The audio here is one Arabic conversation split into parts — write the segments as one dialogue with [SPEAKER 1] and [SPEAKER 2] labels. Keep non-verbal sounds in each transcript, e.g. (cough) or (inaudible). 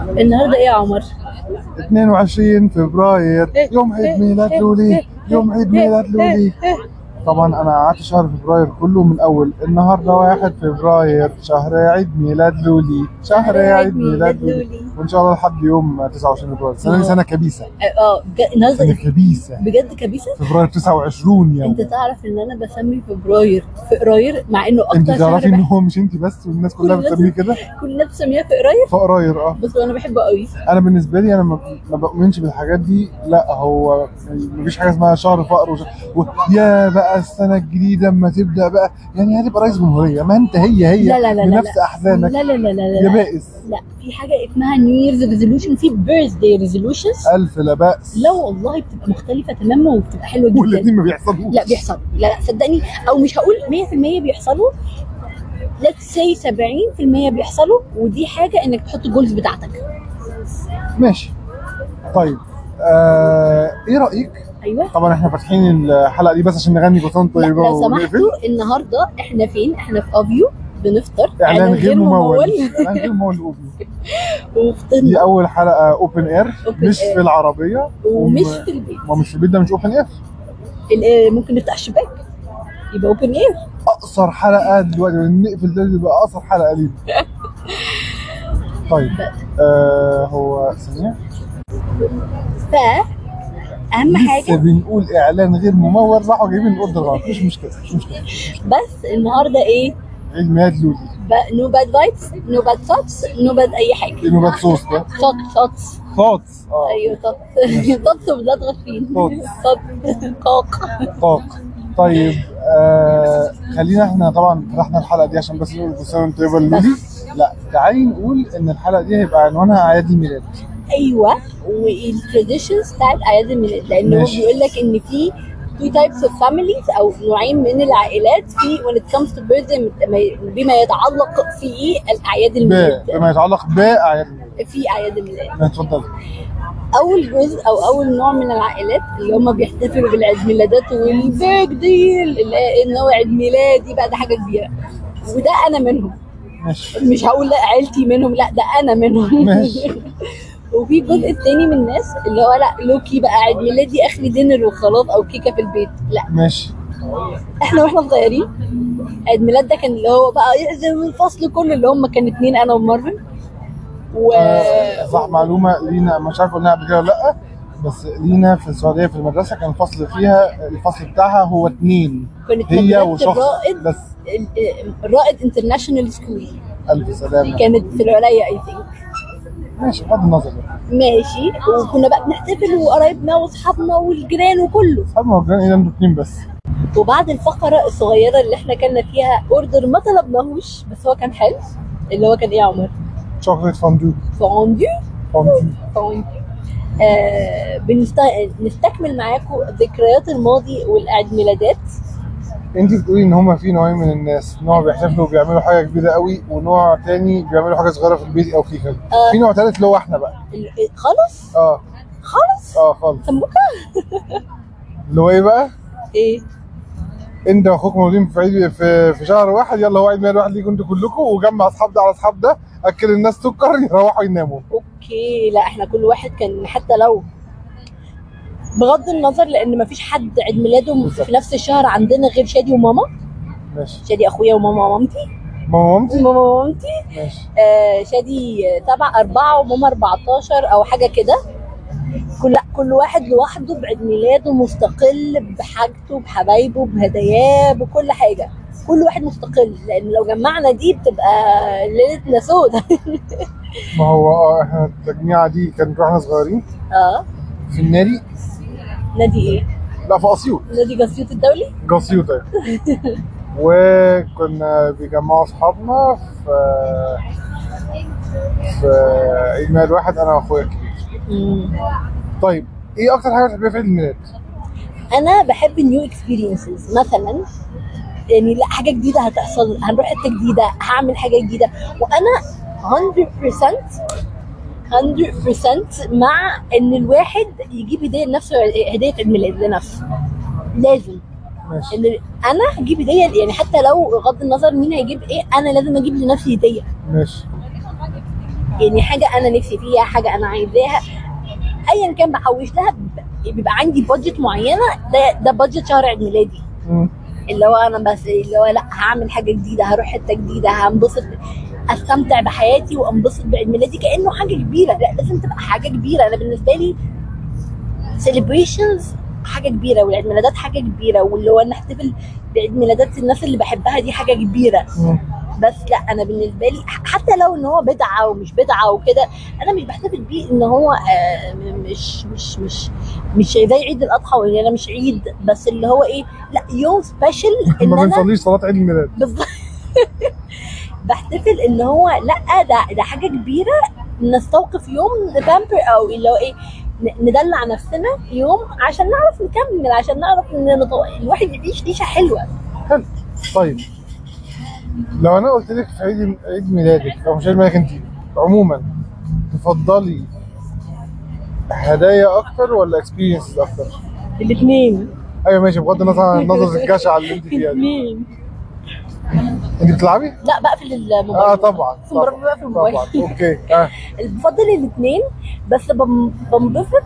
[SPEAKER 1] النهارده ايه يا عمر؟
[SPEAKER 2] 22 فبراير يوم عيد ميلاد لولي يوم عيد ميلاد لولي طبعا انا قعدت شهر فبراير كله من اول النهارده 1 فبراير شهر عيد ميلاد لولي شهر عيد ميلاد لولي وان شاء الله لحد يوم 29 فبراير سنه سنه كبيسه
[SPEAKER 1] اه بج-
[SPEAKER 2] سنه
[SPEAKER 1] النهارده
[SPEAKER 2] كبيسه
[SPEAKER 1] بجد كبيسه
[SPEAKER 2] فبراير 29 يوم
[SPEAKER 1] انت تعرف ان انا بسمي فبراير فقراير مع انه
[SPEAKER 2] انت
[SPEAKER 1] اكتر شهر
[SPEAKER 2] تعرفي ان
[SPEAKER 1] بحب
[SPEAKER 2] هو مش انت بس والناس كلها
[SPEAKER 1] كلنا-
[SPEAKER 2] بتسميه كده
[SPEAKER 1] كل نفس مسميها فقراير
[SPEAKER 2] فقراير اه
[SPEAKER 1] بس انا بحبه قوي
[SPEAKER 2] انا بالنسبه لي انا ما ما بؤمنش بالحاجات دي لا هو مفيش حاجه اسمها شهر فقر وش... و... يا بقى السنه الجديده اما تبدا بقى يعني هتبقى رئيس جمهوريه ما انت هي هي
[SPEAKER 1] لا لا لا لا
[SPEAKER 2] بنفس احزانك
[SPEAKER 1] لا لا لا لا
[SPEAKER 2] يا
[SPEAKER 1] لا
[SPEAKER 2] بائس
[SPEAKER 1] لا في حاجه اسمها نيو ييرز ريزولوشن في بيرث داي ريزولوشنز
[SPEAKER 2] الف لا باس
[SPEAKER 1] لا والله بتبقى مختلفه تماما وبتبقى حلوه جدا
[SPEAKER 2] والاثنين ما بيحصلوش
[SPEAKER 1] لا بيحصلوا لا لا صدقني او مش هقول 100% بيحصلوا let's say 70% بيحصلوا ودي حاجه انك تحط الجولز بتاعتك
[SPEAKER 2] ماشي طيب آه... ايه رايك
[SPEAKER 1] ايوه
[SPEAKER 2] طبعا احنا فاتحين الحلقه دي بس عشان نغني بطانه
[SPEAKER 1] لا،
[SPEAKER 2] طيبه
[SPEAKER 1] لو
[SPEAKER 2] ونقفل
[SPEAKER 1] سمحتوا النهارده احنا فين؟ احنا في افيو بنفطر
[SPEAKER 2] اعلان غير ممول اعلان غير ممول لأوبن. دي
[SPEAKER 1] وفطرنا
[SPEAKER 2] اول حلقه اوبن اير
[SPEAKER 1] Open
[SPEAKER 2] مش
[SPEAKER 1] air.
[SPEAKER 2] في العربيه
[SPEAKER 1] ومش في البيت
[SPEAKER 2] ما مش في البيت ده مش اوبن اير
[SPEAKER 1] ال- آه، ممكن نفتح الشباك يبقى اوبن اير
[SPEAKER 2] اقصر حلقه دلوقتي نقفل ده يبقى اقصر حلقه لينا طيب آه هو ثانيه
[SPEAKER 1] ف اهم
[SPEAKER 2] لسه
[SPEAKER 1] حاجه
[SPEAKER 2] بنقول اعلان غير ممول راحوا جايبين الاوردر غلط مش مشكله مش مشكله
[SPEAKER 1] بس النهارده ايه؟
[SPEAKER 2] عيد ميلاد لولي
[SPEAKER 1] نو باد فايبس نو باد ثوتس نو باد اي حاجه
[SPEAKER 2] لانه بقى صوص ده
[SPEAKER 1] ثوت ثوتس
[SPEAKER 2] ثوتس اه
[SPEAKER 1] ايوه ثوت ثوتس وبلاد غشيم
[SPEAKER 2] Thoughts.
[SPEAKER 1] ثوت قاق
[SPEAKER 2] طاق طيب آه خلينا احنا طبعا فتحنا الحلقه دي عشان بس نقول كل سنه وانت طيبه لولي لا تعالي نقول ان الحلقه دي هيبقى عنوانها اعياد الميلاد
[SPEAKER 1] ايوه والتراديشنز بتاعت اعياد الميلاد لان هو
[SPEAKER 2] ماشي.
[SPEAKER 1] بيقول لك ان في two types of families او نوعين من العائلات في when it comes to birthday مت- بما يتعلق في الاعياد
[SPEAKER 2] ب
[SPEAKER 1] الميلاد
[SPEAKER 2] بما يتعلق باعياد الميلاد
[SPEAKER 1] في اعياد الميلاد
[SPEAKER 2] اتفضلي
[SPEAKER 1] اول جزء او اول نوع من العائلات اللي هم بيحتفلوا بالعيد ميلادات والبيج ديل اللي هي ان هو عيد ميلادي بقى ده حاجه كبيره وده انا منهم
[SPEAKER 2] ماشي
[SPEAKER 1] مش هقول لا عيلتي منهم لا ده انا منهم
[SPEAKER 2] ماشي.
[SPEAKER 1] (laughs) وفي الجزء التاني من الناس اللي هو لا لوكي بقى عيد ميلادي اخلي دينر وخلاص او كيكه في البيت لا
[SPEAKER 2] ماشي
[SPEAKER 1] احنا واحنا صغيرين عيد ميلاد ده كان اللي هو بقى يعزم الفصل كله اللي هم كان اتنين انا ومارفن و
[SPEAKER 2] آه، صح معلومه لينا مش عارف قلناها قبل كده ولا لا بس لينا في السعوديه في المدرسه كان الفصل فيها الفصل بتاعها هو اتنين
[SPEAKER 1] كانت
[SPEAKER 2] هي
[SPEAKER 1] مدرسة
[SPEAKER 2] وشخص
[SPEAKER 1] الرائد
[SPEAKER 2] بس
[SPEAKER 1] ال- آه، الرائد انترناشونال سكول
[SPEAKER 2] الف سلامه
[SPEAKER 1] كانت في العليا اي ثينك
[SPEAKER 2] ماشي بغض النظر
[SPEAKER 1] ماشي وكنا بقى بنحتفل وقرايبنا واصحابنا والجيران وكله
[SPEAKER 2] اصحاب مهرجان ايه ده انتوا اتنين بس
[SPEAKER 1] وبعد الفقره الصغيره اللي احنا كنا فيها اوردر ما طلبناهوش بس هو كان حلو اللي هو كان ايه يا عمر؟
[SPEAKER 2] شوكليت فondue
[SPEAKER 1] فونديو
[SPEAKER 2] فondue
[SPEAKER 1] فونديو آه بنست... نستكمل معاكم ذكريات الماضي والعيد ميلادات
[SPEAKER 2] انت بتقولي ان هما في نوعين من الناس نوع بيحتفلوا وبيعملوا حاجه كبيره قوي ونوع تاني بيعملوا حاجه صغيره في البيت او كيكه
[SPEAKER 1] آه.
[SPEAKER 2] في نوع تالت اللي هو احنا بقى
[SPEAKER 1] ال- خلاص
[SPEAKER 2] اه
[SPEAKER 1] خلاص
[SPEAKER 2] اه خالص
[SPEAKER 1] سموكة
[SPEAKER 2] اللي هو ايه بقى
[SPEAKER 1] ايه
[SPEAKER 2] انت واخوك مولودين في عيد في, في شهر واحد يلا هو عيد ميلاد واحد ليكوا انتوا كلكم وجمع اصحاب ده على اصحاب ده اكل الناس سكر يروحوا يناموا
[SPEAKER 1] اوكي لا احنا كل واحد كان حتى لو بغض النظر لان مفيش حد عيد ميلاده في نفس الشهر عندنا غير شادي وماما
[SPEAKER 2] ماشي
[SPEAKER 1] شادي اخويا وماما ومامتي
[SPEAKER 2] ماما مامتي
[SPEAKER 1] ماما ومامتي
[SPEAKER 2] ماشي
[SPEAKER 1] آه شادي آه، تبع أربعة وماما 14 أو حاجة كده كل لا، كل واحد لوحده بعيد ميلاده مستقل بحاجته بحبايبه بهداياه بكل حاجة كل واحد مستقل لأن لو جمعنا دي بتبقى ليلتنا سودة (laughs)
[SPEAKER 2] ما هو اه احنا التجميعه دي كانت واحنا صغيرين
[SPEAKER 1] اه
[SPEAKER 2] في النادي
[SPEAKER 1] نادي ايه؟
[SPEAKER 2] لا في اسيوط
[SPEAKER 1] نادي جاسيوت الدولي؟
[SPEAKER 2] اسيوط ايوه وكنا بيجمعوا اصحابنا في في عيد ميلاد واحد انا واخويا الكبير طيب ايه اكتر حاجه بتحبيها في عيد الميلاد؟
[SPEAKER 1] انا بحب النيو اكسبيرينسز مثلا يعني لا حاجه جديده هتحصل هنروح حته جديده هعمل حاجه جديده وانا 100% 100% مع ان الواحد يجيب هديه لنفسه هديه عيد ميلاد لنفسه لازم
[SPEAKER 2] ماشي
[SPEAKER 1] ان انا هجيب هديه يعني إيه، حتى لو بغض النظر مين هيجيب ايه انا لازم اجيب لنفسي هديه
[SPEAKER 2] ماشي
[SPEAKER 1] يعني حاجه انا نفسي فيها حاجه انا عايزاها ايا كان بحوش لها ب- بيبقى عندي بادجت معينه ده ده بادجت شهر عيد ميلادي
[SPEAKER 2] مم.
[SPEAKER 1] اللي هو انا بس اللي هو لا هعمل حاجه جديده هروح حته جديده هنبسط استمتع بحياتي وانبسط بعيد ميلادي كانه حاجه كبيره لا لازم تبقى حاجه كبيره انا بالنسبه لي celebrations حاجه كبيره والعيد ميلادات حاجه كبيره واللي هو نحتفل بعيد ميلادات الناس اللي بحبها دي حاجه كبيره
[SPEAKER 2] مم.
[SPEAKER 1] بس لا انا بالنسبه لي ح- حتى لو ان هو بدعه ومش بدعه وكده انا مش بحتفل بيه ان هو آه، م- مش مش مش مش زي عيد الاضحى وان انا مش عيد بس اللي هو ايه لا يوم سبيشال
[SPEAKER 2] (laughs)
[SPEAKER 1] ان
[SPEAKER 2] ما
[SPEAKER 1] انا
[SPEAKER 2] بنصليش صلاه عيد الميلاد
[SPEAKER 1] بالظبط (laughs) بحتفل ان هو لا ده ده حاجه كبيره نستوقف يوم نبامبر او اللي هو ايه ن- ندلع نفسنا يوم عشان نعرف نكمل عشان نعرف ان نط- الواحد يعيش عيشه حلوه
[SPEAKER 2] حلو طيب لو انا قلت لك في عيد عيد ميلادك او مش عيد ميلادك انت عموما تفضلي هدايا اكتر ولا اكسبيرينسز اكتر؟
[SPEAKER 1] (laughs) الاثنين
[SPEAKER 2] ايوه ماشي بغض النظر
[SPEAKER 1] (laughs)
[SPEAKER 2] عن نظره الجشع اللي انت فيها دي
[SPEAKER 1] الاثنين
[SPEAKER 2] انت بتلعبي؟
[SPEAKER 1] لا بقفل الموبايل
[SPEAKER 2] اه طبعا
[SPEAKER 1] في مرة
[SPEAKER 2] طبعا
[SPEAKER 1] بقى في الموبايل. (laughs)
[SPEAKER 2] طبعا اوكي آه.
[SPEAKER 1] بفضل الاثنين بس بم- بنبسط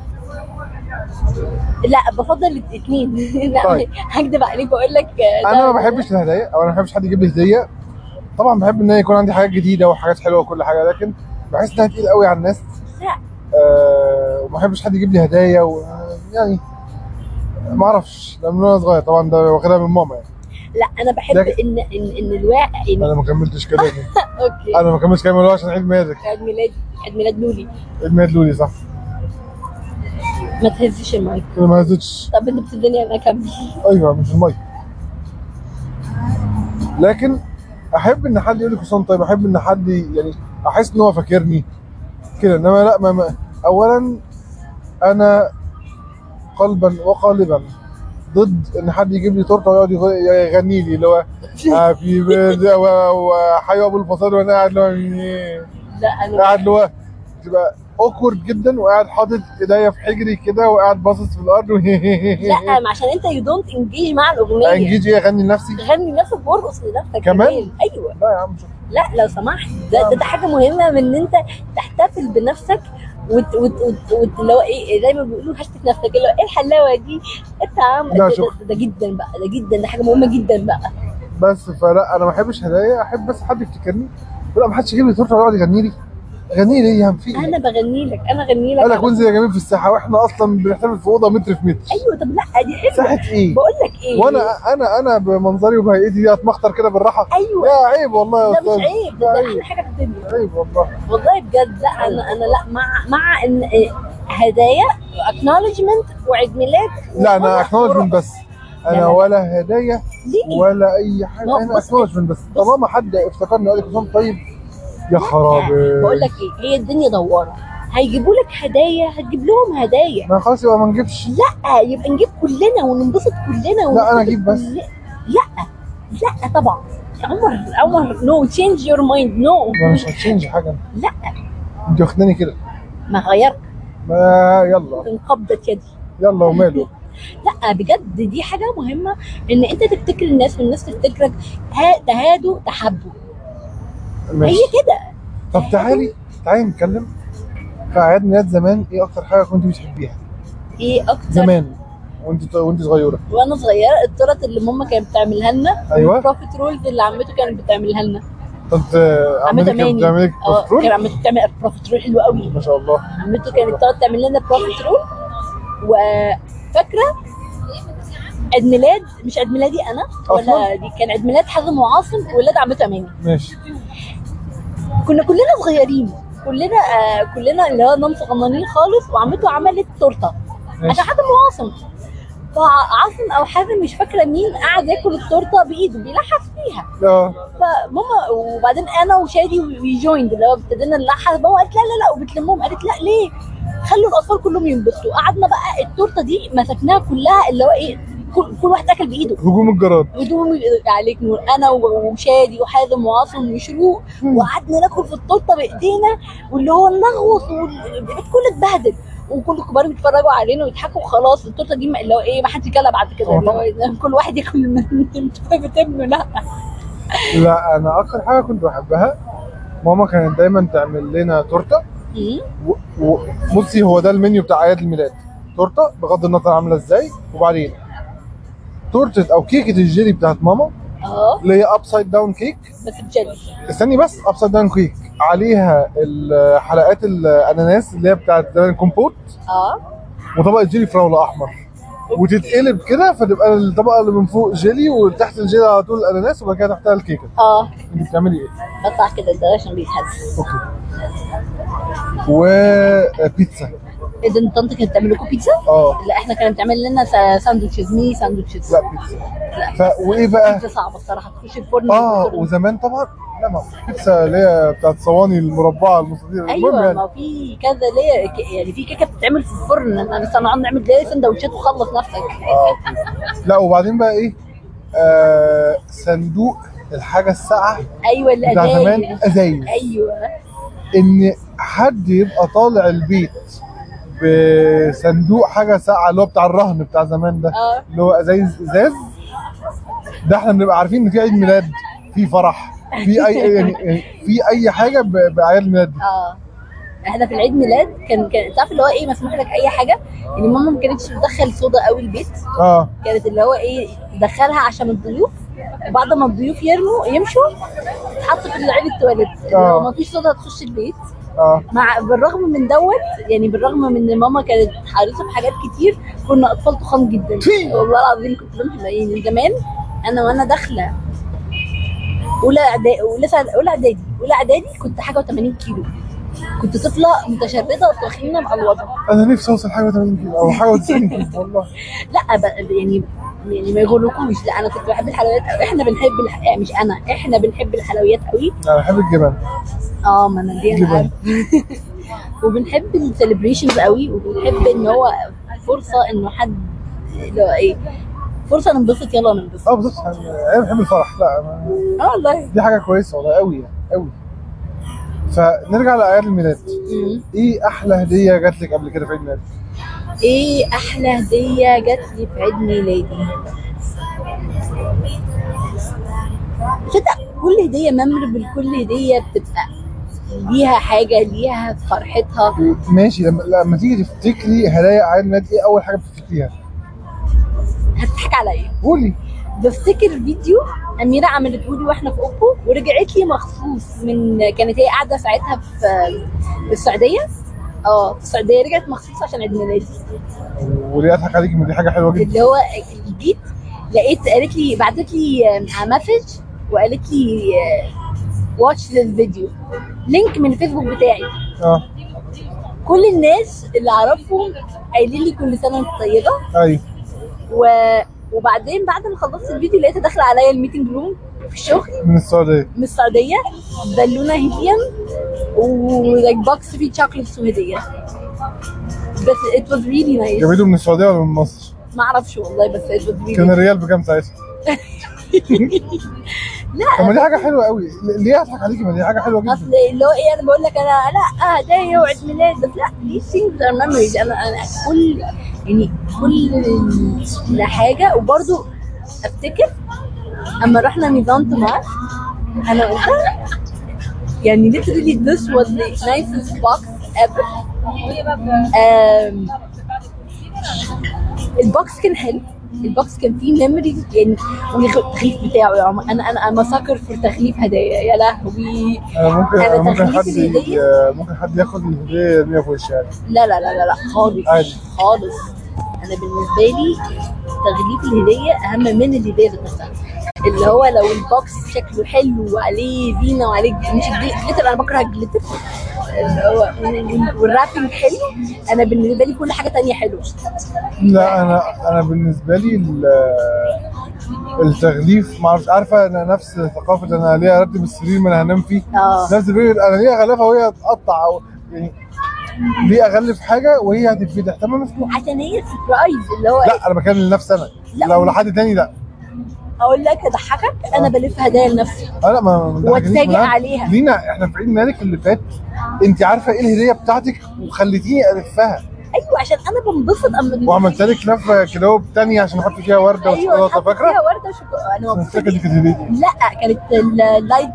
[SPEAKER 1] لا بفضل الاثنين (laughs) لا
[SPEAKER 2] طيب.
[SPEAKER 1] هكدب عليك واقول لك آه، لا،
[SPEAKER 2] انا ما بحبش الهدايا او انا ما بحبش حد يجيب لي هديه طبعا بحب ان أنا يكون عندي حاجات جديده وحاجات حلوه وكل حاجه لكن بحس انها تقيل قوي على الناس
[SPEAKER 1] لا
[SPEAKER 2] آه، وما بحبش حد يجيب لي هدايا و يعني ما اعرفش ده من وانا صغير طبعا ده واخدها من ماما يعني
[SPEAKER 1] لا انا بحب
[SPEAKER 2] لكن-
[SPEAKER 1] ان ان ان الواقع يعني.
[SPEAKER 2] انا ما كملتش كلامي
[SPEAKER 1] (laughs) اوكي
[SPEAKER 2] انا ما كملتش كلامي اللي هو عشان عيد ميلادك
[SPEAKER 1] عيد ميلادي عيد ميلاد لولي
[SPEAKER 2] عيد ميلاد لولي صح
[SPEAKER 1] ما تهزش المايك
[SPEAKER 2] انا ما هزتش
[SPEAKER 1] طب انت بتديني انا اكمل
[SPEAKER 2] ايوه مش المايك لكن احب ان حد يقول لي كل سنه وأنت طيب احب ان حد ي- يعني احس ان هو فاكرني كده انما لا ما ما اولا انا قلبا وقالبا ضد ان حد يجيب لي تورته ويقعد يغ- يغني لي اللي هو هابي بيرثدي وحيو ابو الفصل وانا قاعد اللي
[SPEAKER 1] (laughs) لا
[SPEAKER 2] هو
[SPEAKER 1] انا
[SPEAKER 2] قاعد اللي هو تبقى اوكورد جدا وقاعد حاطط ايديا في حجري كده وقاعد باصص في (laughs) الارض
[SPEAKER 1] لا ما عشان انت يو دونت انجيج مع الاغنيه
[SPEAKER 2] انجيج ايه اغني لنفسي
[SPEAKER 1] غني لنفسك وارقص لنفسك
[SPEAKER 2] كمان؟
[SPEAKER 1] ايوه
[SPEAKER 2] لا يا عم شكرا
[SPEAKER 1] لا لو سمحت ده, ده, ده حاجه مهمه من ان انت تحتفل بنفسك وت وت وت وت اللي هو ايه زي ما بيقولوا هشتك نفسك اللي هو ايه الحلاوه دي انت عم
[SPEAKER 2] لا
[SPEAKER 1] ده,
[SPEAKER 2] شكرا.
[SPEAKER 1] ده, ده جدا بقى ده جدا ده حاجه مهمه جدا بقى
[SPEAKER 2] بس فلا انا ما بحبش هدايا احب بس حد يفتكرني لا ما حدش يجيب لي تورته ويقعد يغني لي غني لي يا عم في إيه؟
[SPEAKER 1] انا بغني لك انا اغني لك
[SPEAKER 2] قال لك وانزل يا جميل في الساحه واحنا اصلا بنحتفل في اوضه متر في متر
[SPEAKER 1] ايوه طب لا دي حلوه
[SPEAKER 2] ساحه ايه؟
[SPEAKER 1] بقول لك ايه
[SPEAKER 2] وانا انا انا بمنظري وبهيئتي دي اتمخطر كده بالراحه
[SPEAKER 1] ايوه
[SPEAKER 2] يا عيب والله يا
[SPEAKER 1] ده
[SPEAKER 2] استاذ
[SPEAKER 1] مش عيب
[SPEAKER 2] لا أيوة.
[SPEAKER 1] ده
[SPEAKER 2] عيب
[SPEAKER 1] احلى حاجه في الدنيا
[SPEAKER 2] عيب والله
[SPEAKER 1] والله بجد لا انا انا لا مع مع ان إيه، هدايا واكنولجمنت وعيد ميلاد
[SPEAKER 2] لا انا
[SPEAKER 1] وفرح
[SPEAKER 2] اكنولجمنت بس
[SPEAKER 1] لا، لا.
[SPEAKER 2] انا ولا هدايا
[SPEAKER 1] ليه؟
[SPEAKER 2] ولا اي حاجه
[SPEAKER 1] لا،
[SPEAKER 2] انا
[SPEAKER 1] بص-
[SPEAKER 2] اكنولجمنت بس طالما حد افتكرني قال لي كل سنة طيب يا خرابي
[SPEAKER 1] بقول لك ايه هي الدنيا دواره هيجيبوا لك هدايا هتجيب لهم هدايا
[SPEAKER 2] ما خلاص يبقى ما نجيبش
[SPEAKER 1] لا يبقى نجيب كلنا وننبسط كلنا
[SPEAKER 2] لا،
[SPEAKER 1] وننبسط
[SPEAKER 2] أنا أجيب بس.
[SPEAKER 1] كل- لا لا طبعا يا عمر عمر نو تشينج يور مايند نو
[SPEAKER 2] ما مش هتشينج حاجه
[SPEAKER 1] لا
[SPEAKER 2] انت واخداني كده
[SPEAKER 1] ما غيرت
[SPEAKER 2] ما يلا
[SPEAKER 1] انقبضت يدي
[SPEAKER 2] يلا وماله
[SPEAKER 1] لا بجد دي حاجه مهمه ان انت تفتكر الناس والناس تفتكرك ها- تهادوا تحبوا هي
[SPEAKER 2] ماشي
[SPEAKER 1] كده
[SPEAKER 2] طب تعالي تعالي نتكلم في اعياد ميلاد زمان ايه اكتر حاجه كنت بتحبيها
[SPEAKER 1] ايه اكتر
[SPEAKER 2] زمان وانت وانت صغيره
[SPEAKER 1] وانا صغيره التورت اللي ماما كانت بتعملها لنا
[SPEAKER 2] أيوة.
[SPEAKER 1] البروفيت رولز اللي عمته كانت بتعملها لنا
[SPEAKER 2] كنت
[SPEAKER 1] عمته
[SPEAKER 2] آه، عملت كده
[SPEAKER 1] ماني
[SPEAKER 2] بتعمل لك
[SPEAKER 1] اه
[SPEAKER 2] كنترول؟
[SPEAKER 1] كان عمته بتعمل بروفيت رول حلو قوي
[SPEAKER 2] ما شاء الله
[SPEAKER 1] عمته كانت تقعد تعمل لنا بروفيت رول وفاكره عيد ميلاد مش عيد ميلادي انا ولا
[SPEAKER 2] أصلاً؟
[SPEAKER 1] دي كان عيد ميلاد حازم وعاصم ولاد عمته اماني
[SPEAKER 2] ماشي
[SPEAKER 1] كنا كلنا صغيرين كلنا آه كلنا اللي هو نوم صغننين خالص وعمته عملت تورته
[SPEAKER 2] ماشي
[SPEAKER 1] عشان حازم وعاصم فعاصم او حازم مش فاكره مين قعد ياكل التورته بايده بيلحس فيها
[SPEAKER 2] اه
[SPEAKER 1] فماما وبعدين انا وشادي ويجويند اللي هو ابتدينا نلحس بابا قالت لا لا لا وبتلمهم قالت لا ليه؟ خلوا الاطفال كلهم ينبسطوا قعدنا بقى التورته دي مسكناها كلها اللي هو ايه كل, كل واحد اكل بايده
[SPEAKER 2] هجوم الجراد
[SPEAKER 1] هدومي عليك نور انا و- وشادي وحازم وعاصم وشروق وقعدنا ناكل في التورته بايدينا واللي هو نغوص والبيت كله اتبهدل وكل الكبار بيتفرجوا علينا ويضحكوا خلاص التورته دي ما- اللي هو ايه ما حدش يكلها بعد كده
[SPEAKER 2] اه
[SPEAKER 1] اللي هو كل واحد ياكل (laughs) من من- من- من ابنه لا
[SPEAKER 2] لا انا اكتر حاجه كنت بحبها ماما كانت دايما تعمل لنا تورته
[SPEAKER 1] مم.
[SPEAKER 2] و- و- بصي هو ده المنيو بتاع اعياد الميلاد تورته بغض النظر عامله ازاي وبعدين تورته او كيكه الجيلي بتاعت ماما
[SPEAKER 1] اه
[SPEAKER 2] اللي هي ابسايد داون كيك
[SPEAKER 1] بس بجد
[SPEAKER 2] استني بس ابسايد داون كيك عليها ال- حلقات الاناناس اللي هي بتاعت زمان كومبوت
[SPEAKER 1] اه
[SPEAKER 2] وطبقه جيلي فراوله احمر وتتقلب كده فتبقى الطبقه اللي من فوق جيلي وتحت الجيلي على طول الاناناس وبعد كده تحتها الكيكه
[SPEAKER 1] اه
[SPEAKER 2] انت بتعملي ايه؟
[SPEAKER 1] بطلع كده ده عشان بيتهز
[SPEAKER 2] اوكي وبيتزا
[SPEAKER 1] اذا طنط كانت بتعمل لكم بيتزا؟
[SPEAKER 2] اه
[SPEAKER 1] لا احنا كانت بتعمل لنا سا- ساندوتشز مي ساندوتشز
[SPEAKER 2] لا بيتزا ف... وايه بقى؟
[SPEAKER 1] بيتزا صعبه الصراحه تخش الفرن
[SPEAKER 2] اه
[SPEAKER 1] وتفرن.
[SPEAKER 2] وزمان طبعا لا ما بيتزا اللي هي بتاعت الصواني المربعه المستطيل المهم
[SPEAKER 1] ايوه
[SPEAKER 2] يعني
[SPEAKER 1] ما في كذا ليه ك- يعني في كيكه بتتعمل في الفرن احنا لسه نقعد نعمل ليه سندوتشات وخلص نفسك
[SPEAKER 2] اه اوكي لا وبعدين بقى ايه؟ آه صندوق الحاجه الساقعه
[SPEAKER 1] ايوه
[SPEAKER 2] بتاع زمان
[SPEAKER 1] الازايز
[SPEAKER 2] ازايز
[SPEAKER 1] ايوه
[SPEAKER 2] ان حد يبقى طالع البيت بصندوق حاجه ساقعه اللي هو بتاع الرهن بتاع زمان ده
[SPEAKER 1] اه.
[SPEAKER 2] اللي هو ازايز ازاز ده احنا بنبقى عارفين ان في عيد ميلاد في فرح في اي يعني يعني في اي حاجه ب- باعياد الميلاد دي
[SPEAKER 1] اه احنا في العيد ميلاد كان كان تعرف اللي هو ايه مسموح لك اي حاجه يعني ماما ما كانتش بتدخل صودا قوي البيت
[SPEAKER 2] اه
[SPEAKER 1] كانت اللي هو ايه تدخلها عشان الضيوف وبعد ما الضيوف يرموا يمشوا تتحط في علبه التواليت اللي هو
[SPEAKER 2] آه.
[SPEAKER 1] ما فيش صودا تخش البيت
[SPEAKER 2] اه
[SPEAKER 1] مع بالرغم من دوت يعني بالرغم من ان ماما كانت حريصه بحاجات كتير كنا اطفال تخان جدا
[SPEAKER 2] تي.
[SPEAKER 1] والله العظيم كنت بمشي يعني زمان انا وانا داخله اولى اعدادي اولى ثان- اولى اعدادي اولى اعدادي كنت حاجه و80 كيلو كنت طفله متشرده وتخينه مقلوضه
[SPEAKER 2] انا نفسي اوصل حاجه 80 كيلو او حاجه 90 كيلو والله
[SPEAKER 1] لا ب- يعني يعني ما يغركوش لا انا كنت بحب الحلويات قوي احنا بنحب الح... يعني مش انا احنا بنحب الحلويات قوي
[SPEAKER 2] انا بحب الجبن
[SPEAKER 1] اه ما انا دي انا
[SPEAKER 2] جدا.
[SPEAKER 1] عارفة. (laughs) وبنحب السليبريشنز قوي وبنحب ان هو فرصه انه حد اللي هو ايه فرصه ننبسط يلا ننبسط
[SPEAKER 2] اه بالظبط انا أنا بحب الفرح لا أنا-
[SPEAKER 1] اه والله
[SPEAKER 2] دي حاجه كويسه والله قوي يعني قوي فنرجع لاعياد الميلاد
[SPEAKER 1] أمم.
[SPEAKER 2] ايه احلى هديه جات لك قبل كده في عيد ميلاد؟
[SPEAKER 1] ايه احلى هديه جات لي في عيد ميلادي تصدق كل هديه ممر كل هديه بتبقى ليها حاجه ليها فرحتها
[SPEAKER 2] ماشي لما لما تيجي تفتكري هدايا اعياد ميلاد ايه اول حاجه بتفتكريها؟
[SPEAKER 1] هتضحك عليا
[SPEAKER 2] قولي
[SPEAKER 1] بفتكر فيديو اميره عملته لي واحنا في اوبو ورجعت لي مخصوص من كانت هي قاعده ساعتها في في السعوديه اه في السعوديه رجعت مخصوص عشان عيد ميلادي
[SPEAKER 2] وليه اضحك عليك ما دي حاجه حلوه جدا
[SPEAKER 1] اللي هو جيت لقيت قالت لي بعتت لي مسج وقالت لي آه، واتش ذيس فيديو لينك من الفيسبوك بتاعي
[SPEAKER 2] اه
[SPEAKER 1] كل الناس اللي اعرفهم قايلين لي كل سنه وانت طيبه
[SPEAKER 2] ايوه
[SPEAKER 1] و... وبعدين بعد ما خلصت الفيديو لقيتها داخله عليا الميتنج روم في الشغل
[SPEAKER 2] من السعوديه
[SPEAKER 1] من السعوديه بالونه هديه ولايك بوكس فيه تشوكلتس وهديه بس it was really nice
[SPEAKER 2] جابيته من السعوديه ولا من مصر؟
[SPEAKER 1] ما اعرفش والله بس it was really
[SPEAKER 2] كان الريال بكام ساعتها؟ طب
[SPEAKER 1] (laughs) لا
[SPEAKER 2] ما دي حاجه حلوه قوي ل- ليه اضحك عليك ما دي حاجه حلوه جدا
[SPEAKER 1] اصل اللي هو ايه انا بقول لك انا لا هدايا وعيد ميلاد بس لا these things are memories انا انا كل يعني كل حاجه وبرضو افتكر اما رحنا ميزان تمار انا قلتها يعني literally this was the nicest box ever Um, آم، البوكس كان حلو البوكس كان فيه ميموريز يعني والتغليف بتاعه يا عمر انا انا انا ساكر في تغليف هدايا يا لهوي
[SPEAKER 2] انا ممكن
[SPEAKER 1] أنا
[SPEAKER 2] انا ممكن
[SPEAKER 1] تغليف
[SPEAKER 2] حد
[SPEAKER 1] الهدية.
[SPEAKER 2] ي- ممكن حد ياخد الهديه يرميها في وشي يعني
[SPEAKER 1] لا لا لا لا لا خالص
[SPEAKER 2] عادي.
[SPEAKER 1] خالص انا بالنسبه لي تغليف الهديه اهم من الهديه ذات نفسها اللي هو لو البوكس شكله حلو وعليه زينه وعليه مش جليتر انا بكره الجليتر اللي هو وال- والرابنج حلو انا بالنسبه لي كل حاجه تانية حلوه
[SPEAKER 2] لا انا انا بالنسبه لي ال- التغليف ما اعرفش عارفه انا نفس ثقافه انا ليه ارتب السرير ما انا هنام فيه
[SPEAKER 1] اه
[SPEAKER 2] نفس الفكره انا ليه اغلفها وهي تقطع او يعني ليه اغلف حاجه وهي هتتفتح طب ما مفتوح
[SPEAKER 1] عشان هي سربرايز اللي هو
[SPEAKER 2] لا انا بكلم لنفسي انا
[SPEAKER 1] لا.
[SPEAKER 2] لو لحد تاني لا
[SPEAKER 1] اقول لك اضحكك انا بلف هدايا لنفسي
[SPEAKER 2] آه لا ما ما- ما تضحكنيش
[SPEAKER 1] واتفاجئ
[SPEAKER 2] منها.
[SPEAKER 1] عليها.
[SPEAKER 2] لينا احنا في عيد مالك اللي فات انت عارفه ايه الهديه بتاعتك وخليتيني الفها
[SPEAKER 1] ايوه عشان انا بنبسط اما
[SPEAKER 2] وعملت لك لفه كده تانية عشان احط فيها ورده
[SPEAKER 1] ايوه
[SPEAKER 2] وشوكولاته
[SPEAKER 1] حطيت
[SPEAKER 2] فاكره؟
[SPEAKER 1] فيها ورده وشوكولاته انا
[SPEAKER 2] أنا
[SPEAKER 1] مبسوطه
[SPEAKER 2] فاكره دي كانت هديتي
[SPEAKER 1] لا كانت اللايت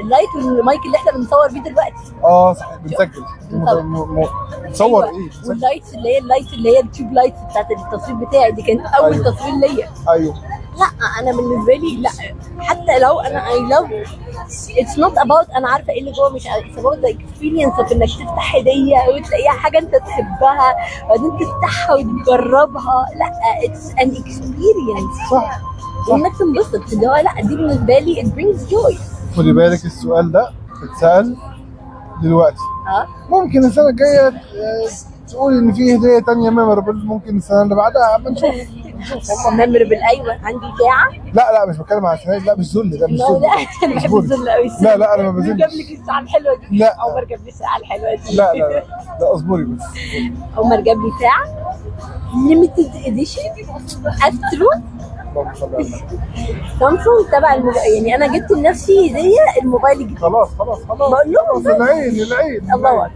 [SPEAKER 1] اللايت والمايك اللي احنا بنصور بيه دلوقتي
[SPEAKER 2] اه صح بنسجل
[SPEAKER 1] بنصور.
[SPEAKER 2] صور
[SPEAKER 1] أيوة.
[SPEAKER 2] ايه بنسجل.
[SPEAKER 1] واللايتس اللي هي اللايت اللي هي التيوب لايتس بتاعت التصوير بتاعي دي كانت اول
[SPEAKER 2] أيوة.
[SPEAKER 1] تصوير ليا
[SPEAKER 2] ايوه
[SPEAKER 1] لا انا بالنسبه لي لا حتى لو انا اي لاف اتس نوت اباوت انا عارفه ايه اللي جوه مش اتس اباوت ذا اكسبيرينس اوف انك تفتح هديه وتلاقيها حاجه انت تحبها وبعدين تفتحها وتجربها لا اتس ان اكسبيرينس
[SPEAKER 2] صح
[SPEAKER 1] وانك تنبسط اللي هو لا دي بالنسبه لي ات برينجز جوي
[SPEAKER 2] خدي بالك السؤال ده اتسال دلوقتي
[SPEAKER 1] اه
[SPEAKER 2] ممكن السنه الجايه آه، تقولي ان في هديه تانية ميموربل ممكن السنه اللي بعدها اما نشوف
[SPEAKER 1] ممر بالايوه عندي ساعه
[SPEAKER 2] لا لا مش بتكلم على السنه دي، لا مش ذل ده مش
[SPEAKER 1] لا
[SPEAKER 2] ذل
[SPEAKER 1] لا انا
[SPEAKER 2] مش
[SPEAKER 1] بحب
[SPEAKER 2] بولي.
[SPEAKER 1] الذل قوي
[SPEAKER 2] لا لا انا ما بذلش
[SPEAKER 1] جاب لك الساعه الحلوه دي
[SPEAKER 2] لا.
[SPEAKER 1] عمر جاب لي الساعه الحلوه دي
[SPEAKER 2] لا لا لا
[SPEAKER 1] (laughs)
[SPEAKER 2] لا اصبري بس
[SPEAKER 1] عمر جاب لي ساعه ليميتد اديشن استرو
[SPEAKER 2] اللهم صل على النبي.
[SPEAKER 1] سامسونج تبع الموبايل يعني انا جبت لنفسي هديه الموبايل الجديد
[SPEAKER 2] خلاص خلاص خلاص
[SPEAKER 1] بقول لهم
[SPEAKER 2] خلاص، العين العين
[SPEAKER 1] الله
[SPEAKER 2] العين،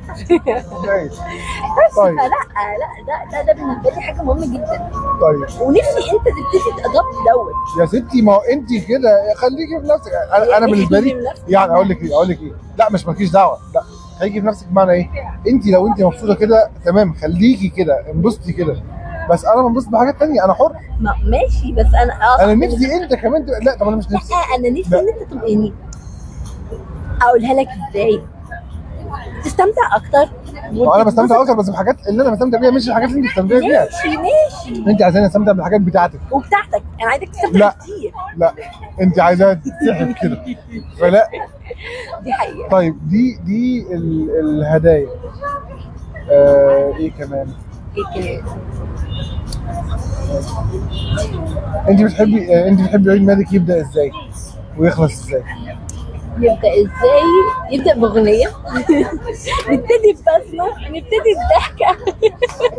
[SPEAKER 1] اكبر
[SPEAKER 2] العين
[SPEAKER 1] بس
[SPEAKER 2] طيب.
[SPEAKER 1] فلا آه، لا ده ده, ده بالنسبه لي حاجه مهمه جدا
[SPEAKER 2] طيب
[SPEAKER 1] ونفسي انت تبتدي تادبت دوت
[SPEAKER 2] يا ستي ما هو انت كده خليكي في نفسك انا انا بالنسبه
[SPEAKER 1] خليكي في
[SPEAKER 2] لي
[SPEAKER 1] نفسك.
[SPEAKER 2] يعني اقول لك ايه اقول لك ايه لا مش مالكيش دعوه لا خليكي في نفسك بمعنى ايه انت لو انت مبسوطه كده تمام خليكي كده انبسطي كده بس انا بنبسط بحاجات تانية انا حر
[SPEAKER 1] ما ماشي بس انا آه،
[SPEAKER 2] انا نفسي انت كمان تبقى لا طب انا مش نفسي
[SPEAKER 1] لا انا نفسي
[SPEAKER 2] لا.
[SPEAKER 1] ان انت تبقى يعني اقولها لك ازاي تستمتع اكتر
[SPEAKER 2] ما انا بستمتع اكتر بس بحاجات اللي انا بستمتع بيها مش الحاجات اللي انت بتستمتعي بيها
[SPEAKER 1] ماشي ماشي
[SPEAKER 2] انت عايزاني استمتع بالحاجات بتاعتك
[SPEAKER 1] وبتاعتك انا عايزك تستمتع
[SPEAKER 2] لا.
[SPEAKER 1] كتير
[SPEAKER 2] لا انت عايزاها تتسحب كده فلا
[SPEAKER 1] دي حقيقه
[SPEAKER 2] طيب دي دي ال- الهدايا آه ايه كمان
[SPEAKER 1] ايه كده؟
[SPEAKER 2] انت بتحبي آه، انت بتحبي عيد ميلادك يبدا ازاي ويخلص ازاي
[SPEAKER 1] يبدا ازاي يبدا باغنيه (laughs) نبتدي ببسمه نبتدي بضحكه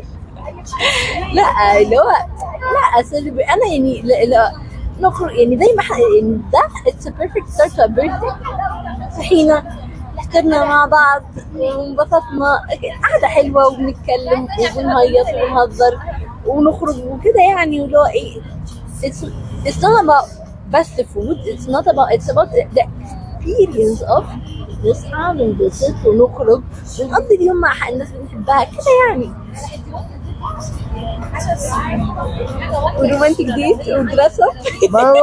[SPEAKER 1] (laughs) لا اللي هو لا اصل انا يعني لا لا نخرج يعني زي ما إحنا- يعني ده اتس بيرفكت ستارت تو بيرثدي صحينا فطرنا مع بعض وانبسطنا قعده حلوه وبنتكلم وبنهيص ونهزر ونخرج وكده يعني اللي هو ايه it's, it's not about بس food it's not about it's about the experience of نصحى وننبسط ونخرج ونقضي اليوم مع حق الناس اللي بنحبها كده يعني ورومانتك ديت ودراسه
[SPEAKER 2] ما ما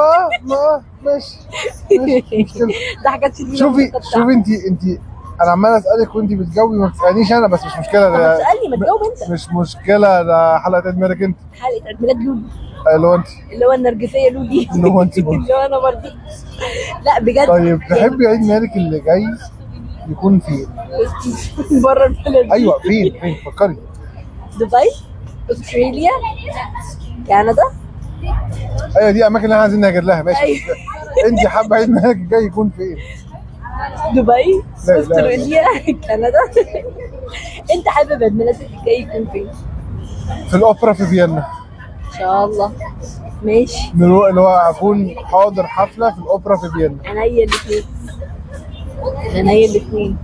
[SPEAKER 2] ما ماشي ماشي، مش كده.
[SPEAKER 1] (laughs) ده حاجات شديدة
[SPEAKER 2] شوفي
[SPEAKER 1] متقطعة.
[SPEAKER 2] شوفي انت انت انا عمال اسالك وانت بتجاوبي ما بتسالنيش انا بس مش مشكله
[SPEAKER 1] طب ما
[SPEAKER 2] ده
[SPEAKER 1] تسالني ما تجاوب انت
[SPEAKER 2] مش مشكله ده حلقه عيد ميلادك انت
[SPEAKER 1] حلقه عيد ميلاد لولو
[SPEAKER 2] اللي هو انت
[SPEAKER 1] اللي هو النرجسيه لولي
[SPEAKER 2] (laughs) اللي هو انت برضه.
[SPEAKER 1] اللي هو انا برضه لا بجد يعني
[SPEAKER 2] طيب تحبي عيد ميلادك اللي جاي يكون فين؟
[SPEAKER 1] يعني (laughs) بره البلد
[SPEAKER 2] ايوه فين فين فكري
[SPEAKER 1] دبي استراليا كندا
[SPEAKER 2] ايوه دي اماكن اللي احنا عايزين نهاجر لها ماشي
[SPEAKER 1] أيوة.
[SPEAKER 2] انت حابه عيد ميلادك الجاي يكون فين؟
[SPEAKER 1] دبي
[SPEAKER 2] لا، لا.
[SPEAKER 1] استراليا كندا (laughs) انت حابب عيد ميلادك الجاي يكون فين؟
[SPEAKER 2] في الاوبرا في فيينا
[SPEAKER 1] ان شاء الله ماشي
[SPEAKER 2] من الو- اللي هو اكون حاضر حفله في الاوبرا في فيينا
[SPEAKER 1] عينيا الاثنين عينيا الاثنين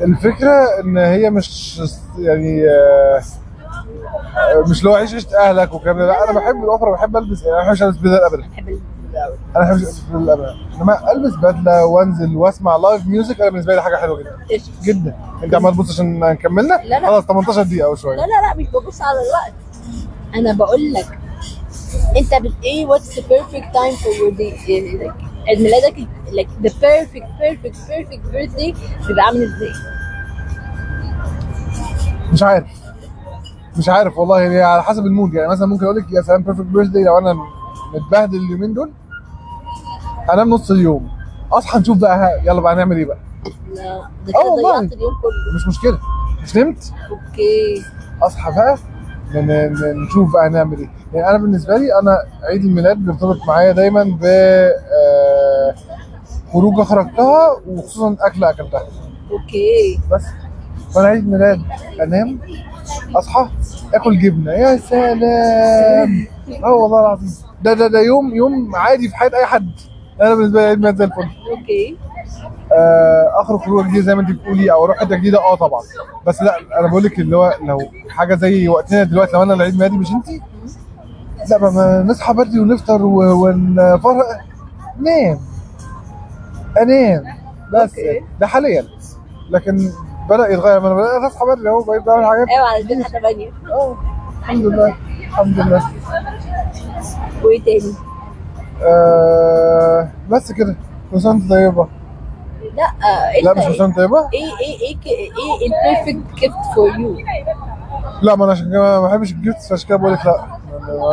[SPEAKER 2] الفكره ان هي مش يعني آه، آه، مش لو عيش عيشة اهلك والكلام ده لا انا بحب الاوبرا بحب البس انا ما بحبش البس بدله ابدا
[SPEAKER 1] بحب البلد أوي.
[SPEAKER 2] انا ما بحبش البس بدله ابدا انما البس بدله وانزل واسمع لايف ميوزك انا بالنسبه لي حاجه حلوه جدا
[SPEAKER 1] قشطة.
[SPEAKER 2] جدا انت عمال تبص عشان
[SPEAKER 1] لا، لا.
[SPEAKER 2] كملنا خلاص 18 دقيقه او
[SPEAKER 1] لا
[SPEAKER 2] شويه
[SPEAKER 1] لا لا مش ببص على الوقت انا بقول لك انت بت ايه واتس ذا بيرفكت تايم فور يور دي عيد ميلادك like the perfect perfect perfect birthday بيبقى عامل ازاي؟
[SPEAKER 2] مش عارف مش عارف والله يعني على حسب المود يعني مثلا ممكن اقول لك يا سلام بيرفكت بيرثدي لو انا متبهدل اليومين دول انام نص اليوم اصحى نشوف بقى ها- يلا بقى هنعمل ايه بقى
[SPEAKER 1] لا ده
[SPEAKER 2] آه
[SPEAKER 1] كده
[SPEAKER 2] والله.
[SPEAKER 1] ضيعت اليوم كله
[SPEAKER 2] مش مشكله مش نمت
[SPEAKER 1] اوكي
[SPEAKER 2] اصحى بقى ن- ن- ن- نشوف بقى هنعمل ايه يعني انا بالنسبه لي انا عيد الميلاد بيرتبط معايا دايما ب آه، خروجه خرجتها وخصوصا اكله اكلتها
[SPEAKER 1] اوكي
[SPEAKER 2] بس فانا عيد ميلاد انام اصحى اكل جبنه يا سلام اه والله العظيم ده ده ده يوم يوم عادي في حياه اي حد انا بالنسبه لي عيد ميلاد زي الفل
[SPEAKER 1] اوكي
[SPEAKER 2] آه، اخرج خروج جديده زي ما انت بتقولي او اروح حته جديده اه طبعا بس لا انا بقول لك اللي هو لو حاجه زي وقتنا دلوقتي لو انا اللي عيد ميلادي مش انت لا بقى ما نصحى بدري ونفطر و- ونفرق نام انام بس
[SPEAKER 1] أوكي.
[SPEAKER 2] ده حاليا لكن بدا يتغير ما انا بدات اصحى بدري اهو بقيت بعمل حاجات
[SPEAKER 1] ايوه على البيت حتى بني
[SPEAKER 2] اه الحمد لله الحمد لله
[SPEAKER 1] وايه تاني؟
[SPEAKER 2] آه بس كده كروسانت طيبه
[SPEAKER 1] لا آه، إيه
[SPEAKER 2] لا مش
[SPEAKER 1] إيه
[SPEAKER 2] كروسانت طيبه
[SPEAKER 1] ايه ايه ك- ايه البيرفكت gift فور يو؟
[SPEAKER 2] لا ما انا عشان كده ما بحبش الجيفتس فعشان كده بقول لك لا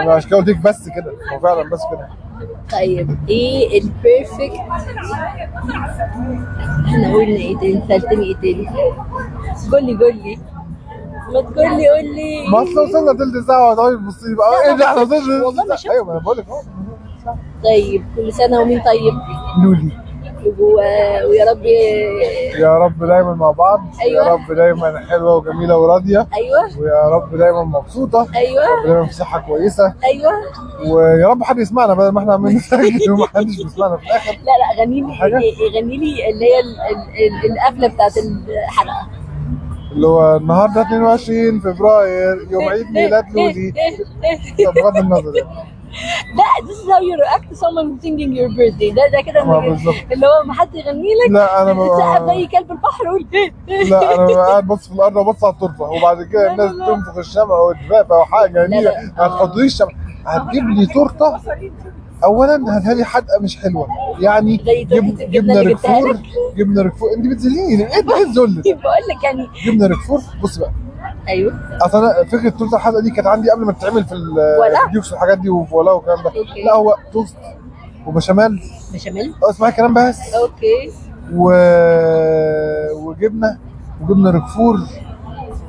[SPEAKER 2] انا عشان كده قلت لك بس كده هو فعلا بس كده
[SPEAKER 1] طيب ايه البيرفكت احنا قلنا ايه تاني؟ سالتني ايه تاني؟ قولي قولي ما تقولي قولي
[SPEAKER 2] ما اصل وصلنا تلت ساعه وهتقعد تبص لي بقى ايه اللي احنا وصلنا تلت
[SPEAKER 1] والله ما
[SPEAKER 2] ساعة؟
[SPEAKER 1] شفت.
[SPEAKER 2] ايوه ما انا بقول لك اهو
[SPEAKER 1] طيب كل سنه ومين طيب؟
[SPEAKER 2] لولي
[SPEAKER 1] و- ويا رب
[SPEAKER 2] يا رب دايما مع بعض
[SPEAKER 1] أيوة.
[SPEAKER 2] يا رب دايما حلوه وجميله وراضيه
[SPEAKER 1] ايوه
[SPEAKER 2] ويا رب دايما مبسوطه
[SPEAKER 1] أيوة.
[SPEAKER 2] يا رب دايما في صحه كويسه
[SPEAKER 1] ايوه
[SPEAKER 2] ويا رب حد يسمعنا بدل ما احنا عمالين (laughs) نسجل ومحدش بيسمعنا في الاخر
[SPEAKER 1] لا لا غني لي
[SPEAKER 2] حاجة؟
[SPEAKER 1] إيه- غني لي اللي هي ال- ال- ال- القفله بتاعت الحلقه
[SPEAKER 2] اللي هو النهارده 22 فبراير يوم عيد ميلاد
[SPEAKER 1] إيه،
[SPEAKER 2] لولي طب بغض النظر يعني.
[SPEAKER 1] لا this is how you react to someone singing your birthday ده ده كده
[SPEAKER 2] آه،
[SPEAKER 1] من-
[SPEAKER 2] بالظبط.
[SPEAKER 1] اللي هو ما حد يغني لك
[SPEAKER 2] لا انا
[SPEAKER 1] تتسقف
[SPEAKER 2] ما
[SPEAKER 1] زي كلب البحر وقول
[SPEAKER 2] لا انا قاعد بص في الارض وبص على التورته وبعد كده
[SPEAKER 1] لا،
[SPEAKER 2] الناس
[SPEAKER 1] لا.
[SPEAKER 2] تنفخ الشمع او الدفاف او حاجه
[SPEAKER 1] لا.
[SPEAKER 2] يعني هتحطليش الشمع هتجيب لي تورته اولا هاتها لي حدقه مش حلوه يعني
[SPEAKER 1] زي تورتة
[SPEAKER 2] جب
[SPEAKER 1] الجبنة
[SPEAKER 2] جبنه
[SPEAKER 1] اللي جبتها
[SPEAKER 2] ركفور
[SPEAKER 1] لك.
[SPEAKER 2] جبنه ركفور انت بتذليني ايه ده؟ ايه الذل ده؟
[SPEAKER 1] (laughs) بقول لك يعني
[SPEAKER 2] جبنه ركفور بص بقى
[SPEAKER 1] ايوه
[SPEAKER 2] اصل انا فكره التورته الحلقه دي كانت عندي قبل ما تتعمل في
[SPEAKER 1] ولا؟
[SPEAKER 2] الجيوكس والحاجات دي ولا والكلام ده
[SPEAKER 1] أوكي.
[SPEAKER 2] لا هو توست وبشاميل
[SPEAKER 1] بشاميل
[SPEAKER 2] اسمعي كلام بس
[SPEAKER 1] اوكي
[SPEAKER 2] و... وجبنه وجبنه ركفور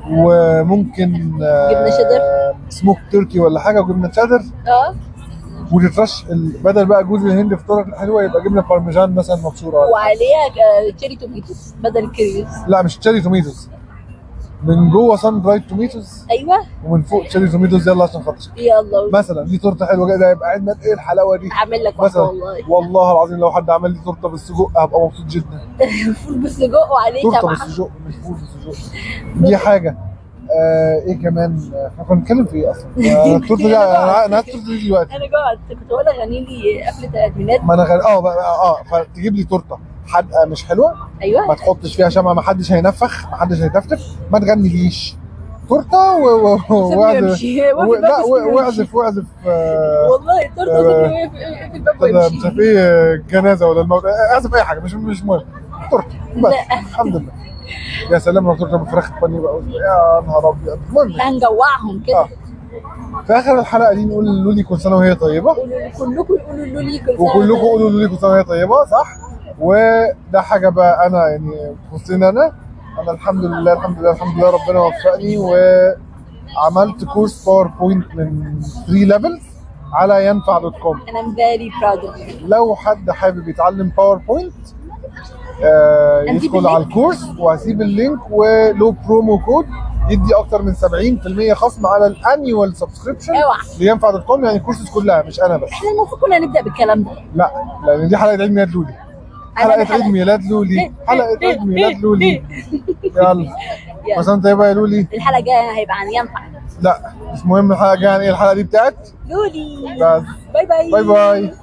[SPEAKER 2] وممكن آه،
[SPEAKER 1] جبنة شيدر؟
[SPEAKER 2] سموك تركي ولا حاجه وجبنه شادر
[SPEAKER 1] اه
[SPEAKER 2] وتترش ال- بدل بقى جوز الهند في طرق الحلوه يبقى جبنه بارميجان مثلا مبشوره ولا حاجة.
[SPEAKER 1] وعليها تشيري توميتوس بدل الكريوس
[SPEAKER 2] لا مش تشيري توميتوز من جوه سان درايد توميتوز
[SPEAKER 1] ايوه
[SPEAKER 2] ومن فوق تشيري توميتوز يلا عشان خاطر
[SPEAKER 1] يلا
[SPEAKER 2] مثلا دي تورته حلوه جدا يبقى قاعد مات ايه الحلاوه دي
[SPEAKER 1] هعمل لك واحده
[SPEAKER 2] مثلا
[SPEAKER 1] والله (laughs)
[SPEAKER 2] والله العظيم لو حد عمل لي تورته بالسجق هبقى مبسوط جدا
[SPEAKER 1] فول بالسجق وعليه
[SPEAKER 2] تورته
[SPEAKER 1] سمعه
[SPEAKER 2] بالسجق مش فول
[SPEAKER 1] (laughs)
[SPEAKER 2] بالسجق دي حاجه آه ايه كمان آه، احنا كنا بنتكلم في
[SPEAKER 1] (laughs)
[SPEAKER 2] ايه اصلا؟ آه، التورته دي انا انا أنا عايز التورته دي دلوقتي
[SPEAKER 1] انا جوعت كنت بقول اغني لي قفله عيد ميلاد
[SPEAKER 2] ما انا غير اه بقى- اه فتجيب لي تورته حدقه مش حلوه ما
[SPEAKER 1] ايوه
[SPEAKER 2] تحطش فيها شمعه ما حدش هينفخ ما حدش هيتفتف ما تغنيليش تورته و- و-
[SPEAKER 1] (laughs) سيبني
[SPEAKER 2] واعزف
[SPEAKER 1] أمشي. (laughs) واقف
[SPEAKER 2] و-
[SPEAKER 1] الباب
[SPEAKER 2] لا
[SPEAKER 1] وسيبني
[SPEAKER 2] و-
[SPEAKER 1] أمشي.
[SPEAKER 2] واعزف واعزف آه،
[SPEAKER 1] والله التورته
[SPEAKER 2] آه،
[SPEAKER 1] سيبني واقف- واقف الباب
[SPEAKER 2] ابتدى مش
[SPEAKER 1] وامشي
[SPEAKER 2] عارف ايه آه، الجنازه ولا الموت آه، اعزف اي حاجه مش مش مهم تورته بس
[SPEAKER 1] لا.
[SPEAKER 2] الحمد لله يا سلام لو تورته بفراخ بني بقى يا نهار ابيض المهم
[SPEAKER 1] هنجوعهم كده
[SPEAKER 2] آه. في اخر الحلقه دي نقول لولي كل سنه وهي طيبه
[SPEAKER 1] قولوا- كلكم قولوا له لي كل سنة
[SPEAKER 2] وكلكم
[SPEAKER 1] وأنت-
[SPEAKER 2] قولوا لولي كل سنه وهي طيبه صح وده حاجه بقى انا يعني تخصني انا انا الحمد لله الحمد لله الحمد لله ربنا وفقني وعملت كورس باوربوينت من 3 ليفلز على ينفع دوت كوم
[SPEAKER 1] and I'm very proud of you.
[SPEAKER 2] لو حد حابب يتعلم باوربوينت آه
[SPEAKER 1] هنسيب
[SPEAKER 2] يدخل
[SPEAKER 1] اللينك.
[SPEAKER 2] على الكورس وهسيب اللينك ولو برومو كود يدي اكتر من 70% خصم على الانيوال سبسكريبشن
[SPEAKER 1] اوعى.
[SPEAKER 2] لينفع دوت كوم يعني الكورسز كلها مش انا بس
[SPEAKER 1] احنا أيوة. المفروض كنا نبدا بالكلام ده
[SPEAKER 2] لا لان دي حلقه عيد ميلاد لولي حلقه عيد ميلاد لولي حلقه عيد ميلاد لولي يلا
[SPEAKER 1] يلا.
[SPEAKER 2] بس انت بقى يا لولي
[SPEAKER 1] الحلقه الجايه هيبقى عن ينفع
[SPEAKER 2] لا مش مهم الحلقه الجايه يعني ايه الحلقه دي إيه بتاعت
[SPEAKER 1] لولي
[SPEAKER 2] بس
[SPEAKER 1] باي باي
[SPEAKER 2] باي باي